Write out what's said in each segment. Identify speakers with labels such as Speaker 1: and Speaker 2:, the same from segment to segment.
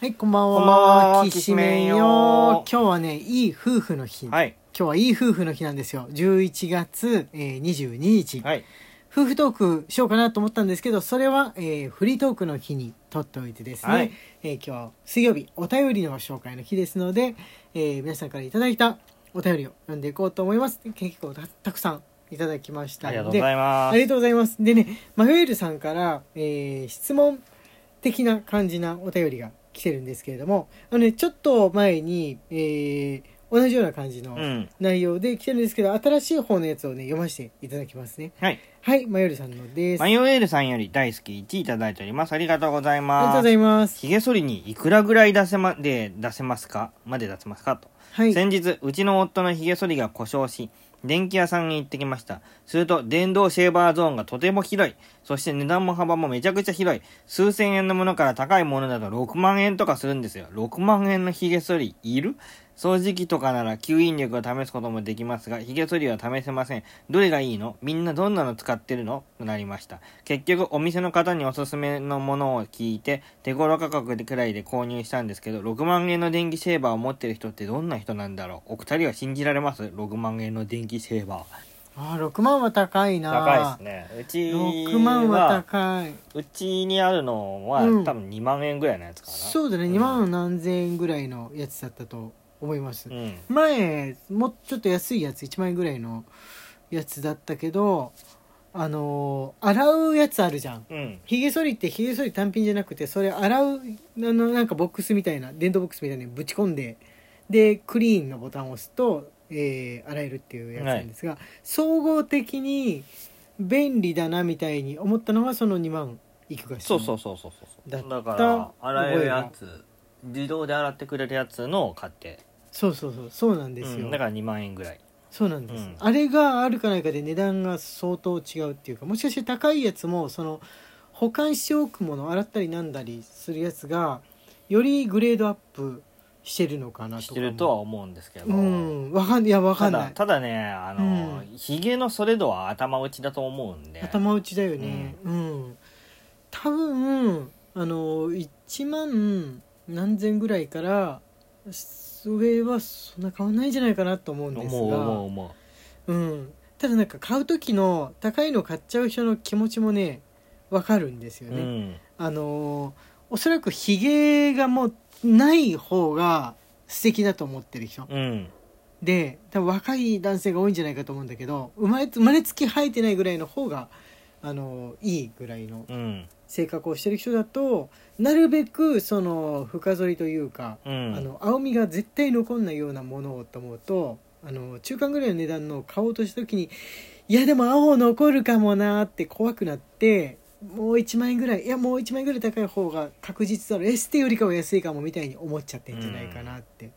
Speaker 1: はい、こんばんは。
Speaker 2: こんばんは
Speaker 1: きしめんよ。今
Speaker 2: き
Speaker 1: 日はね、いい夫婦の日。
Speaker 2: はい。
Speaker 1: 今日はいい夫婦の日なんですよ。11月、えー22日、
Speaker 2: はい。
Speaker 1: 夫婦トークしようかなと思ったんですけど、それは、えーフリートークの日にとっておいてですね、
Speaker 2: はい
Speaker 1: えー今日水曜日、お便りの紹介の日ですので、えー皆さんからいただいたお便りを読んでいこうと思います。結構たたくさんいただきました
Speaker 2: ありがと
Speaker 1: の
Speaker 2: うご
Speaker 1: で、
Speaker 2: ざいま
Speaker 1: あり
Speaker 2: す。
Speaker 1: がとうございます。でね、マフエルさんから、えー質問的な感じなお便りが来てるんですけれども、あのね、ちょっと前に、えー同じような感じ
Speaker 2: う
Speaker 1: の
Speaker 2: ん。
Speaker 1: 内容で来てるんですけど、新しい方のやつをね、読ませていただきますね。
Speaker 2: はい。
Speaker 1: はい、マヨエルさんのです。
Speaker 2: マ
Speaker 1: あり
Speaker 2: ヨエールさんより大好き1いただいております。ありがとうござい
Speaker 1: がとう
Speaker 2: ま
Speaker 1: ござ
Speaker 2: す。
Speaker 1: います。
Speaker 2: ひげ剃りにいくらぐらい出せま、で、出せますかまで出せますかと。
Speaker 1: はい。
Speaker 2: 先日、うちの夫のひげ剃りが故障し、電気屋さんに行ってきました。すると、電動シェーバーゾーンがとても広い。そして値段も幅もめちゃくちゃ広い。数千円のものから高いものだと6万円とかするんですよ。6万円のひげ剃りいる掃除機とかなら吸引力を試すこともできますが、ひげ剃りは試せません。どれがいいのみんなどんなの使ってるのとなりました。結局、お店の方におすすめのものを聞いて、手頃価格くらいで購入したんですけど、6万円の電気シェーバーを持ってる人ってどんな人なんだろうお二人は信じられます ?6 万円の電気シェーバー。
Speaker 1: あー、6万は高いな。
Speaker 2: 高いですね。うち
Speaker 1: 6万は
Speaker 2: は、
Speaker 1: 高い。
Speaker 2: うちにあるのは、
Speaker 1: うん
Speaker 2: 多分2万円ぐらいのやつかな。
Speaker 1: そうだね、
Speaker 2: ん
Speaker 1: 2万何千円ぐらいのやつだったと思います。
Speaker 2: うん。
Speaker 1: 前もうちょっと安いやつ1万円ぐらいのやつだったけどあのー洗うやつあるじゃん
Speaker 2: うん。
Speaker 1: ひげ剃りってひげ剃り単品じゃなくてそれ洗うあのなんかボックスみたいな電動ボックスみたいなのにぶち込んででクリーンのボタンを押すと、えー洗えるっていうやつなんですが、総合的に便利だなみたいに思ったのがその2万いくがし
Speaker 2: そうそううそうそうそう
Speaker 1: だ
Speaker 2: だ
Speaker 1: った
Speaker 2: から洗えるやつ自動で洗ってくれるやつのを買って
Speaker 1: そうそうそうそうなんですよ、
Speaker 2: うんだから2万円ぐらい
Speaker 1: そうなんです、
Speaker 2: うん
Speaker 1: あれがあるかないかで値段が相当違うっていうかもしかして高いやつもその保管しておくもの洗ったりなんだりするやつがよりグレードアップしてるのかなとか
Speaker 2: してるとは思うんですけど、
Speaker 1: うんわかんいやわか
Speaker 2: た
Speaker 1: んな
Speaker 2: だ
Speaker 1: い
Speaker 2: ただねあの、
Speaker 1: う
Speaker 2: ひげのそれ度は頭打ちだと思うんで
Speaker 1: 頭打ちだよねうん、多分あの1万何千ぐらいから上はそんな変わんないんじゃないかなと思うんですが
Speaker 2: 思う思う思
Speaker 1: うん、ただなんか買う時の高いの買っちゃう人の気持ちもねわかるんです
Speaker 2: う、
Speaker 1: よね、
Speaker 2: うん
Speaker 1: あのーおそらくひげがもうない方が素敵だと思ってる人
Speaker 2: うん
Speaker 1: で多分若い男性が多いんじゃないかと思うんだけど生まれ生まれつき生えてないぐらいの方が、あのーいいぐらいの
Speaker 2: うん
Speaker 1: 性格をしてる人だとなるべくその深剃りというか、
Speaker 2: うん
Speaker 1: あの青みが絶対残んないようなものをと思うとあの中間ぐらいの値段の買おうとした時にいやでも青残るかもなーって怖くなってもう1万円ぐらいいやもう1万円ぐらい高い方が確実だろエステよりかは安いかもみたいに思っちゃってんじゃないかなって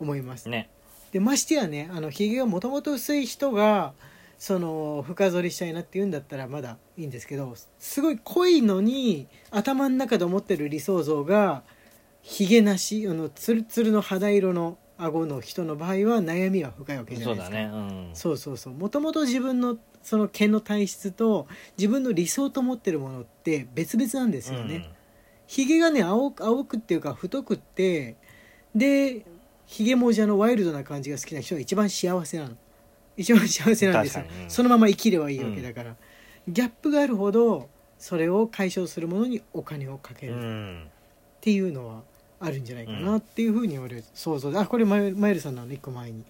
Speaker 1: 思います、
Speaker 2: ね
Speaker 1: でましてやねあのひげがもともと薄い人がその深剃りしたいなって言うんだったらまだいいんですけどすごい濃いのに頭の中で思ってる理想像がひげなしあのツルツルの肌色の顎の人の場合は悩みは深いわけじゃな
Speaker 2: そ
Speaker 1: いうです
Speaker 2: だ
Speaker 1: か。
Speaker 2: ねうん
Speaker 1: そうそうそうもともと自分のその毛の体質と自分の理想と思ってるものって別々なんですよね。ひげがね青く青くっていうか太くってでひげもじゃのワイルドな感じが好きな人が一番幸せなの一番幸せなんですよ
Speaker 2: 確かにうん
Speaker 1: そのまま生きればいいわけだから、ギャップがあるほどそれを解消するものにお金をかけ
Speaker 2: うん、う
Speaker 1: るっ
Speaker 2: ん
Speaker 1: ていうのはあるんじゃないか
Speaker 2: う
Speaker 1: なんっていうふうに俺想像であこれマユマユルさんの1個前に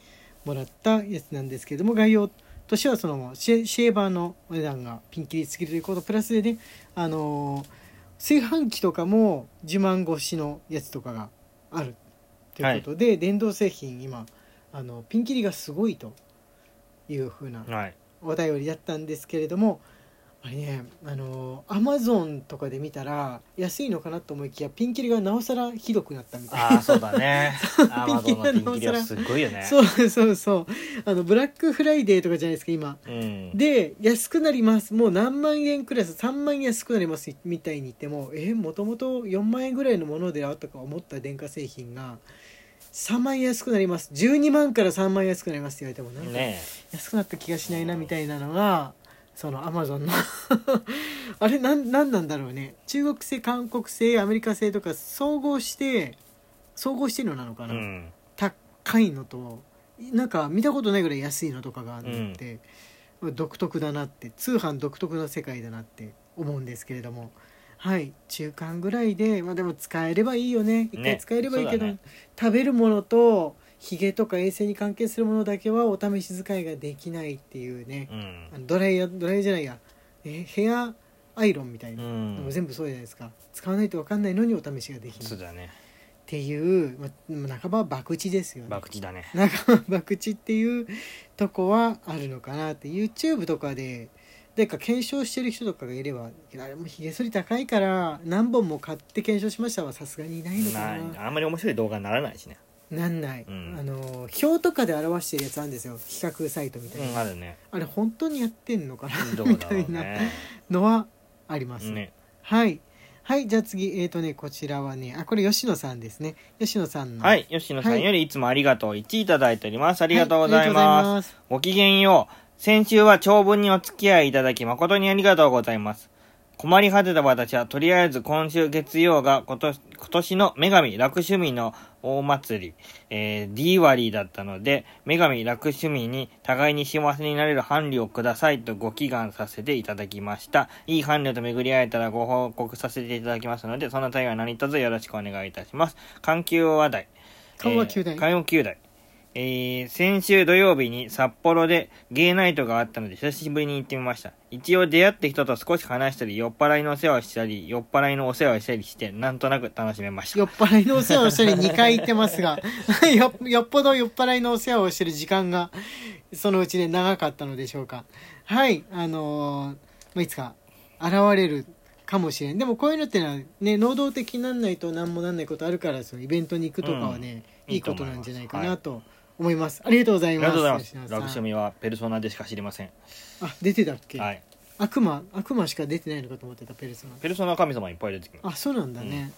Speaker 1: もらったやつなんですけども概要としてはそのシェシェーバーのお値段がピンキリすぎるということプラスでねあのー炊飯器とかも10万越しのやつとかがあるということで、電動製品今あのピンキリがすごいというふうな
Speaker 2: はい
Speaker 1: お便りだったんですけれどもあれねあのアマゾンとかで見たら安いのかなと思いきやピンキリがなおさらひどくなったみたい
Speaker 2: ああそうだねアマゾンのピンキリは
Speaker 1: ピンキリのお皿
Speaker 2: すごいよね
Speaker 1: な、そうそうそうあのブラックフライデーとかじゃないですか今
Speaker 2: うん、
Speaker 1: で安くなりますもう何万円クラス3万円安くなりますみたいに言ってもえもともと4万円ぐらいのものであとか思った電化製品が3万円安くなります12万から3万円安くなりますって言われてもなんか
Speaker 2: ね
Speaker 1: 安くなった気がしないなみたいなのがそのアマゾンの あれなんなんなんだろうね中国製韓国製アメリカ製とか総合して総合してるのなのか
Speaker 2: う
Speaker 1: な、
Speaker 2: ん
Speaker 1: 高いのとなんか見たことないぐらい安いのとかがあるのって、独特だなって通販独特の世界だなって思うんですけれどもはい中間ぐらいで、まあ、でも使えればいいよね一回使えればいいけど、
Speaker 2: そうだね
Speaker 1: 食べるものとひげとか衛生に関係するものだけはお試し使いができないっていうね
Speaker 2: う、ん
Speaker 1: あのドライヤードライヤーじゃないやえヘアアイロンみたいな、でも
Speaker 2: うん
Speaker 1: 全部そうじゃないですか使わないと分かんないのにお試しができない
Speaker 2: そ
Speaker 1: っ
Speaker 2: うだね
Speaker 1: ていう、まあ、半ば博打ですよね。
Speaker 2: 博打だね
Speaker 1: なんか博打っていうとこはあるのかなって YouTube とかでなんか検証してる人とかがいれば「いやでもひげ剃り高いから何本も買って検証しました」はさすがにいないのかな、
Speaker 2: まああんまり面白い動画にならないしね
Speaker 1: なんない、
Speaker 2: うん
Speaker 1: あの表とかで表してるやつあるんですよ比較サイトみた
Speaker 2: う
Speaker 1: いな、
Speaker 2: んあるね
Speaker 1: あれ本当にやってんのかな
Speaker 2: どうだろう
Speaker 1: みたい
Speaker 2: ね
Speaker 1: のはあります
Speaker 2: ね
Speaker 1: はいはいじゃあ次えっ、とねこちらはねあこれ吉野さんですね吉野さんの
Speaker 2: はい吉野さんよりいつもありがとう1いただいておりますあ
Speaker 1: あ
Speaker 2: りがとうございます
Speaker 1: す
Speaker 2: ごきげんよう。先週は長文にお付き合いいただき誠にありがとうございます。困り果てた私は、とりあえず今週月曜が今年今年の女神楽趣味の大祭り、えー、ディーワリーだったので、女神楽趣味に互いに幸せになれる伴侶をくださいとご祈願させていただきました。いい伴侶と巡り会えたらご報告させていただきますので、その際は何卒よろしくお願いいたします。環境話題。
Speaker 1: 緩和球団
Speaker 2: えー緩和球団えー先週土曜日に札幌でゲイナイトがあったので久しぶりに行ってみました一応出会った人と少し話したり酔っ払いのお世話をしたり酔っ払いのお世話をしたりしてなんとなく楽しめました
Speaker 1: 酔っ払いのお世話をしたり2回行ってます がよよっぽど酔っ払いのお世話をしてる時間がそのうちで長かったのでしょうかはいあのーまあいつか現れるかもしれんでもこういうのってのはね能動的になんないと何もなんないことあるからそのイベントに行くとかはね、
Speaker 2: うん
Speaker 1: いいことなんじゃないかなと思います、ありがとうござ
Speaker 2: あ
Speaker 1: い
Speaker 2: り
Speaker 1: ま
Speaker 2: が
Speaker 1: す
Speaker 2: とうございます
Speaker 1: 吉野
Speaker 2: 楽
Speaker 1: さん
Speaker 2: 趣味はペルソナでしか知りません、
Speaker 1: あ出てたっけ、
Speaker 2: はい、
Speaker 1: 悪魔悪魔しか出てないのかと思ってたペルソナ
Speaker 2: ペルソナ神様いっぱい出てきます
Speaker 1: あそうなんだね、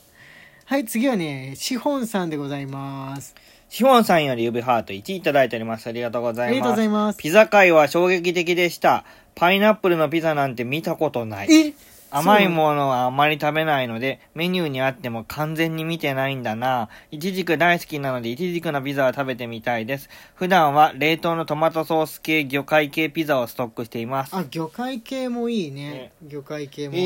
Speaker 1: はい次はねシフォンさんでございます
Speaker 2: シフォンさんより指ハート1いただいておりますありがとうござ
Speaker 1: あ
Speaker 2: い
Speaker 1: りがとうござ
Speaker 2: ます
Speaker 1: います
Speaker 2: ピザ界は衝撃的でしたパイナップルのピザなんて見たことない
Speaker 1: え
Speaker 2: 甘いものはあまり食べないので、メニューにあっても完全に見てないんだな。いちじく大好きなので、いちじくのピザは食べてみたいです。普段は冷凍のトマトソース系、魚介系ピザをストックしています。
Speaker 1: あ魚介系もいいね魚介系も、
Speaker 2: え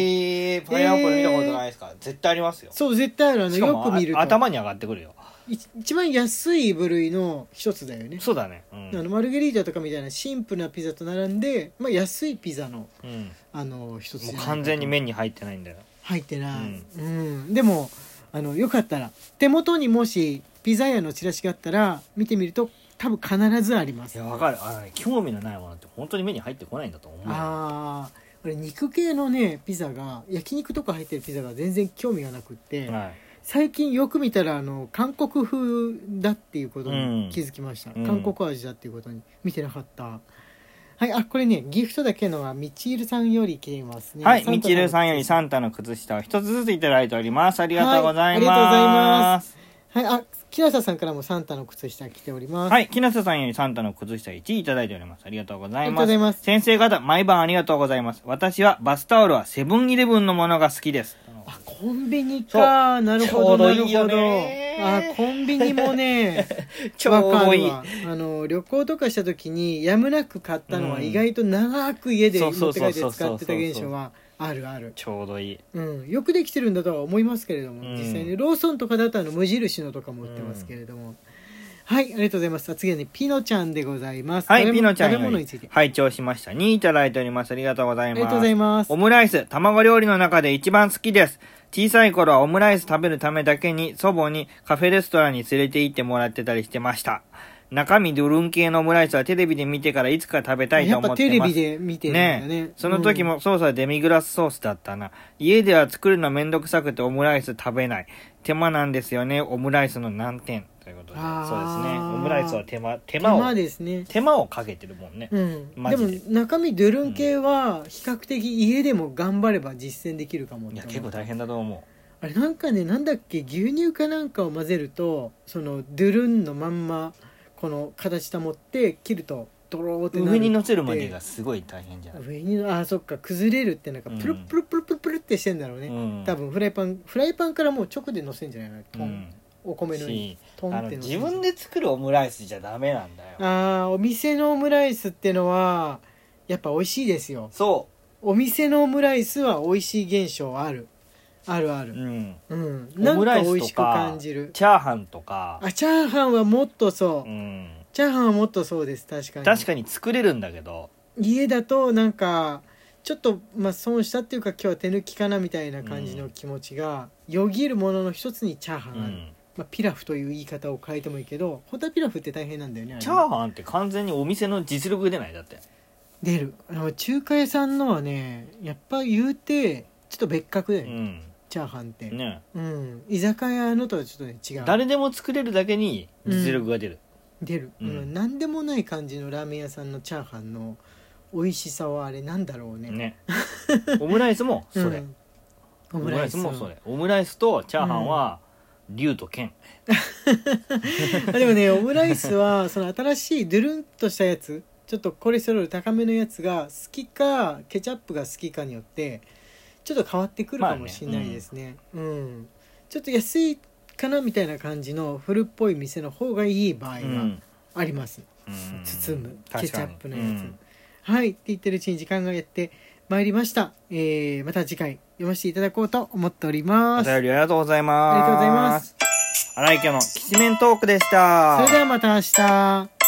Speaker 2: ー、
Speaker 1: パイナップル見たことない
Speaker 2: ですか、絶対ありますよ
Speaker 1: そう絶対あるあの
Speaker 2: しか
Speaker 1: よ
Speaker 2: も
Speaker 1: く見ると
Speaker 2: あ頭に上がってくるよ。
Speaker 1: い一番安い部類の一つだよね
Speaker 2: そうだね。うん。
Speaker 1: あのマルゲリータとかみたいなシンプルなピザと並んで、まあ、安いピザの
Speaker 2: うん
Speaker 1: あの一つじ
Speaker 2: も
Speaker 1: ゃない
Speaker 2: う
Speaker 1: かと
Speaker 2: 完全に麺に入ってないんだよ。
Speaker 1: 入ってない、うんでもあのよかったら手元にもしピザ屋のチラシがあったら見てみると多分必ずありま
Speaker 2: い
Speaker 1: す
Speaker 2: や、わかる。あのね興味のないものって本当に目に入ってこないんだと思う。
Speaker 1: ああ俺肉系のねピザが焼肉とか入ってるピザが全然興味がなくって、
Speaker 2: は
Speaker 1: 最近よく見たらあの韓国風だっていうこと
Speaker 2: うん
Speaker 1: に気づきました、
Speaker 2: うん
Speaker 1: 韓国味だっていうことに見てなかったはいあこれねギフトだけのはみちるさんより来ています
Speaker 2: い。
Speaker 1: ね
Speaker 2: はい。
Speaker 1: サンタ
Speaker 2: みちるさんよりサ
Speaker 1: は
Speaker 2: ンタの靴下を一つずついただいております。ありがとうござ
Speaker 1: はいあ
Speaker 2: います。
Speaker 1: りがとうございますいあ木下さんからもサンタの靴下来ております、
Speaker 2: はい、木下さんよりサンタの靴下1位いただいております。ありがとうござい
Speaker 1: ありがとうご
Speaker 2: ま
Speaker 1: ざ
Speaker 2: す。
Speaker 1: います
Speaker 2: 先生方、毎晩ありがとうございます。私はバスタオルはセブンイレブンのものが好きです。
Speaker 1: あコンビニかなるほどな
Speaker 2: ちょうど
Speaker 1: る
Speaker 2: いいよ
Speaker 1: ほど
Speaker 2: ね
Speaker 1: あコンビニもね
Speaker 2: ちょうどいい
Speaker 1: わかるわあの旅行とかした時にやむなく買ったのは意外と長く家で
Speaker 2: う
Speaker 1: 持
Speaker 2: ん
Speaker 1: って帰って
Speaker 2: そうそう
Speaker 1: 使
Speaker 2: そうそうそう
Speaker 1: ってた現象はあるある
Speaker 2: ちょうどいい。
Speaker 1: うん、よくできてるんだとは思いますけれども、
Speaker 2: うん
Speaker 1: 実際にローソンとかだとあの無印のとかも売ってますけれども、はいありがとうございますさあ次はねピノちゃんでございます
Speaker 2: は
Speaker 1: 食べ
Speaker 2: い、ピ
Speaker 1: 物
Speaker 2: ノちゃん
Speaker 1: 食べ
Speaker 2: よ
Speaker 1: 物に
Speaker 2: り
Speaker 1: ついてあ
Speaker 2: 拝聴しました。2位いただいております。ありがとうござい
Speaker 1: り
Speaker 2: ます。
Speaker 1: がとうございます
Speaker 2: オムライス、卵料理の中で一番好きです。小さい頃はオムライス食べるためだけに祖母にカフェレストランに連れて行ってもらってたりしてました。中身ドゥルン系のオムライスはテレビで見てからいつか食べたいと
Speaker 1: やっ
Speaker 2: 思
Speaker 1: ぱ
Speaker 2: って
Speaker 1: テレ
Speaker 2: ます
Speaker 1: ビ。で見てるんだ
Speaker 2: ね
Speaker 1: よ
Speaker 2: え
Speaker 1: ね
Speaker 2: その時、もソースはデミグラスソースだったな。家では作るのめんどくさくてオムライス食べない。手間なんですよね、オムライスの難点。ということで、
Speaker 1: あー
Speaker 2: そうですね。オムライスは手間、手
Speaker 1: 手
Speaker 2: 間を、
Speaker 1: 間
Speaker 2: 手間
Speaker 1: ですね
Speaker 2: をかけてるもんね。
Speaker 1: うん、
Speaker 2: マ
Speaker 1: で
Speaker 2: ジ
Speaker 1: も
Speaker 2: で
Speaker 1: 中身ドゥルン系は比較的家でも頑張れば実践できるかもって思
Speaker 2: いや、
Speaker 1: う
Speaker 2: 結構大変だと思
Speaker 1: あれなんかねなんだっけ牛乳かなんかを混ぜるとそのドゥルンのまんまこの形保って切るとドローってなる
Speaker 2: 上に乗せるまでがすごい大変じゃない、
Speaker 1: 上にのあそっか崩れるってなんか
Speaker 2: うん
Speaker 1: プルプルプルプルプルってしてんだろうね、
Speaker 2: うん、
Speaker 1: 多分フライパンフライパンからもう直で乗せんじゃないの
Speaker 2: う
Speaker 1: トン、
Speaker 2: ん、
Speaker 1: お米の上に
Speaker 2: し
Speaker 1: トン
Speaker 2: あ
Speaker 1: っ
Speaker 2: の
Speaker 1: て乗せ
Speaker 2: 自
Speaker 1: んじゃん
Speaker 2: 分で作るオムライスじゃダメなんだよ
Speaker 1: あーお店のオムライスってのはやっぱ美味しいですよ
Speaker 2: そ
Speaker 1: お店のオムライスは美味しい現象あるあるあ
Speaker 2: う、
Speaker 1: る
Speaker 2: うん、
Speaker 1: うん、な
Speaker 2: オム
Speaker 1: んか
Speaker 2: ライ
Speaker 1: 美
Speaker 2: ス
Speaker 1: 味し
Speaker 2: と
Speaker 1: く
Speaker 2: か
Speaker 1: 感じる
Speaker 2: チャーハンとか、
Speaker 1: あチャーハンはもっとそう、
Speaker 2: うん、
Speaker 1: チャーハンはもっとそうです確かに
Speaker 2: 確かに作れるんだけど
Speaker 1: 家だとなんかちょっとまあ損したっていうか今日は手抜きかなみたいな感じの気持ちがよぎるものの一つにチャーハ
Speaker 2: う
Speaker 1: ンある、
Speaker 2: ん
Speaker 1: まあ、ピラフという言い方を変えてもいいけどホタピラフって大変なんだよねあれ
Speaker 2: チャーハンって完全にお店の実力出ないだって
Speaker 1: 出るあの中華屋さんのはねやっぱ言うてちょっと別格だ
Speaker 2: う
Speaker 1: よね、
Speaker 2: ん
Speaker 1: チャーハンって、
Speaker 2: ね
Speaker 1: うん居酒屋のとはちょっとね違う
Speaker 2: 誰でも作れるだけに実力が出る、
Speaker 1: 出る、う
Speaker 2: うん
Speaker 1: ん何でもない感じのラーメン屋さんのチャーハンの美味しさはあれなんだろうね
Speaker 2: ねオムライスもそれ、
Speaker 1: うん
Speaker 2: オ
Speaker 1: オ
Speaker 2: ム
Speaker 1: ム
Speaker 2: ラ
Speaker 1: ラ
Speaker 2: イ
Speaker 1: イ
Speaker 2: ス
Speaker 1: ス
Speaker 2: もそれオムライスとチャーハンは竜と剣
Speaker 1: あでもねオムライスはその新しいドゥルンとしたやつちょっとコレステロール高めのやつが好きかケチャップが好きかによってちょっと変わってくるかもしれないですね,、うん、ちょっと安いかなみたいな感じの古っぽい店の方がいい場合があります、
Speaker 2: うん
Speaker 1: 包む
Speaker 2: 確か
Speaker 1: ケ
Speaker 2: に
Speaker 1: チャップのやつ
Speaker 2: うん
Speaker 1: はいって言ってるうちに時間がやってまいりました、えーまた次回読ませていただこうと思っており
Speaker 2: お
Speaker 1: ますあり
Speaker 2: 便りありがとうございます
Speaker 1: がとうございます
Speaker 2: 荒井家のきしめんトークでした
Speaker 1: それではまた明日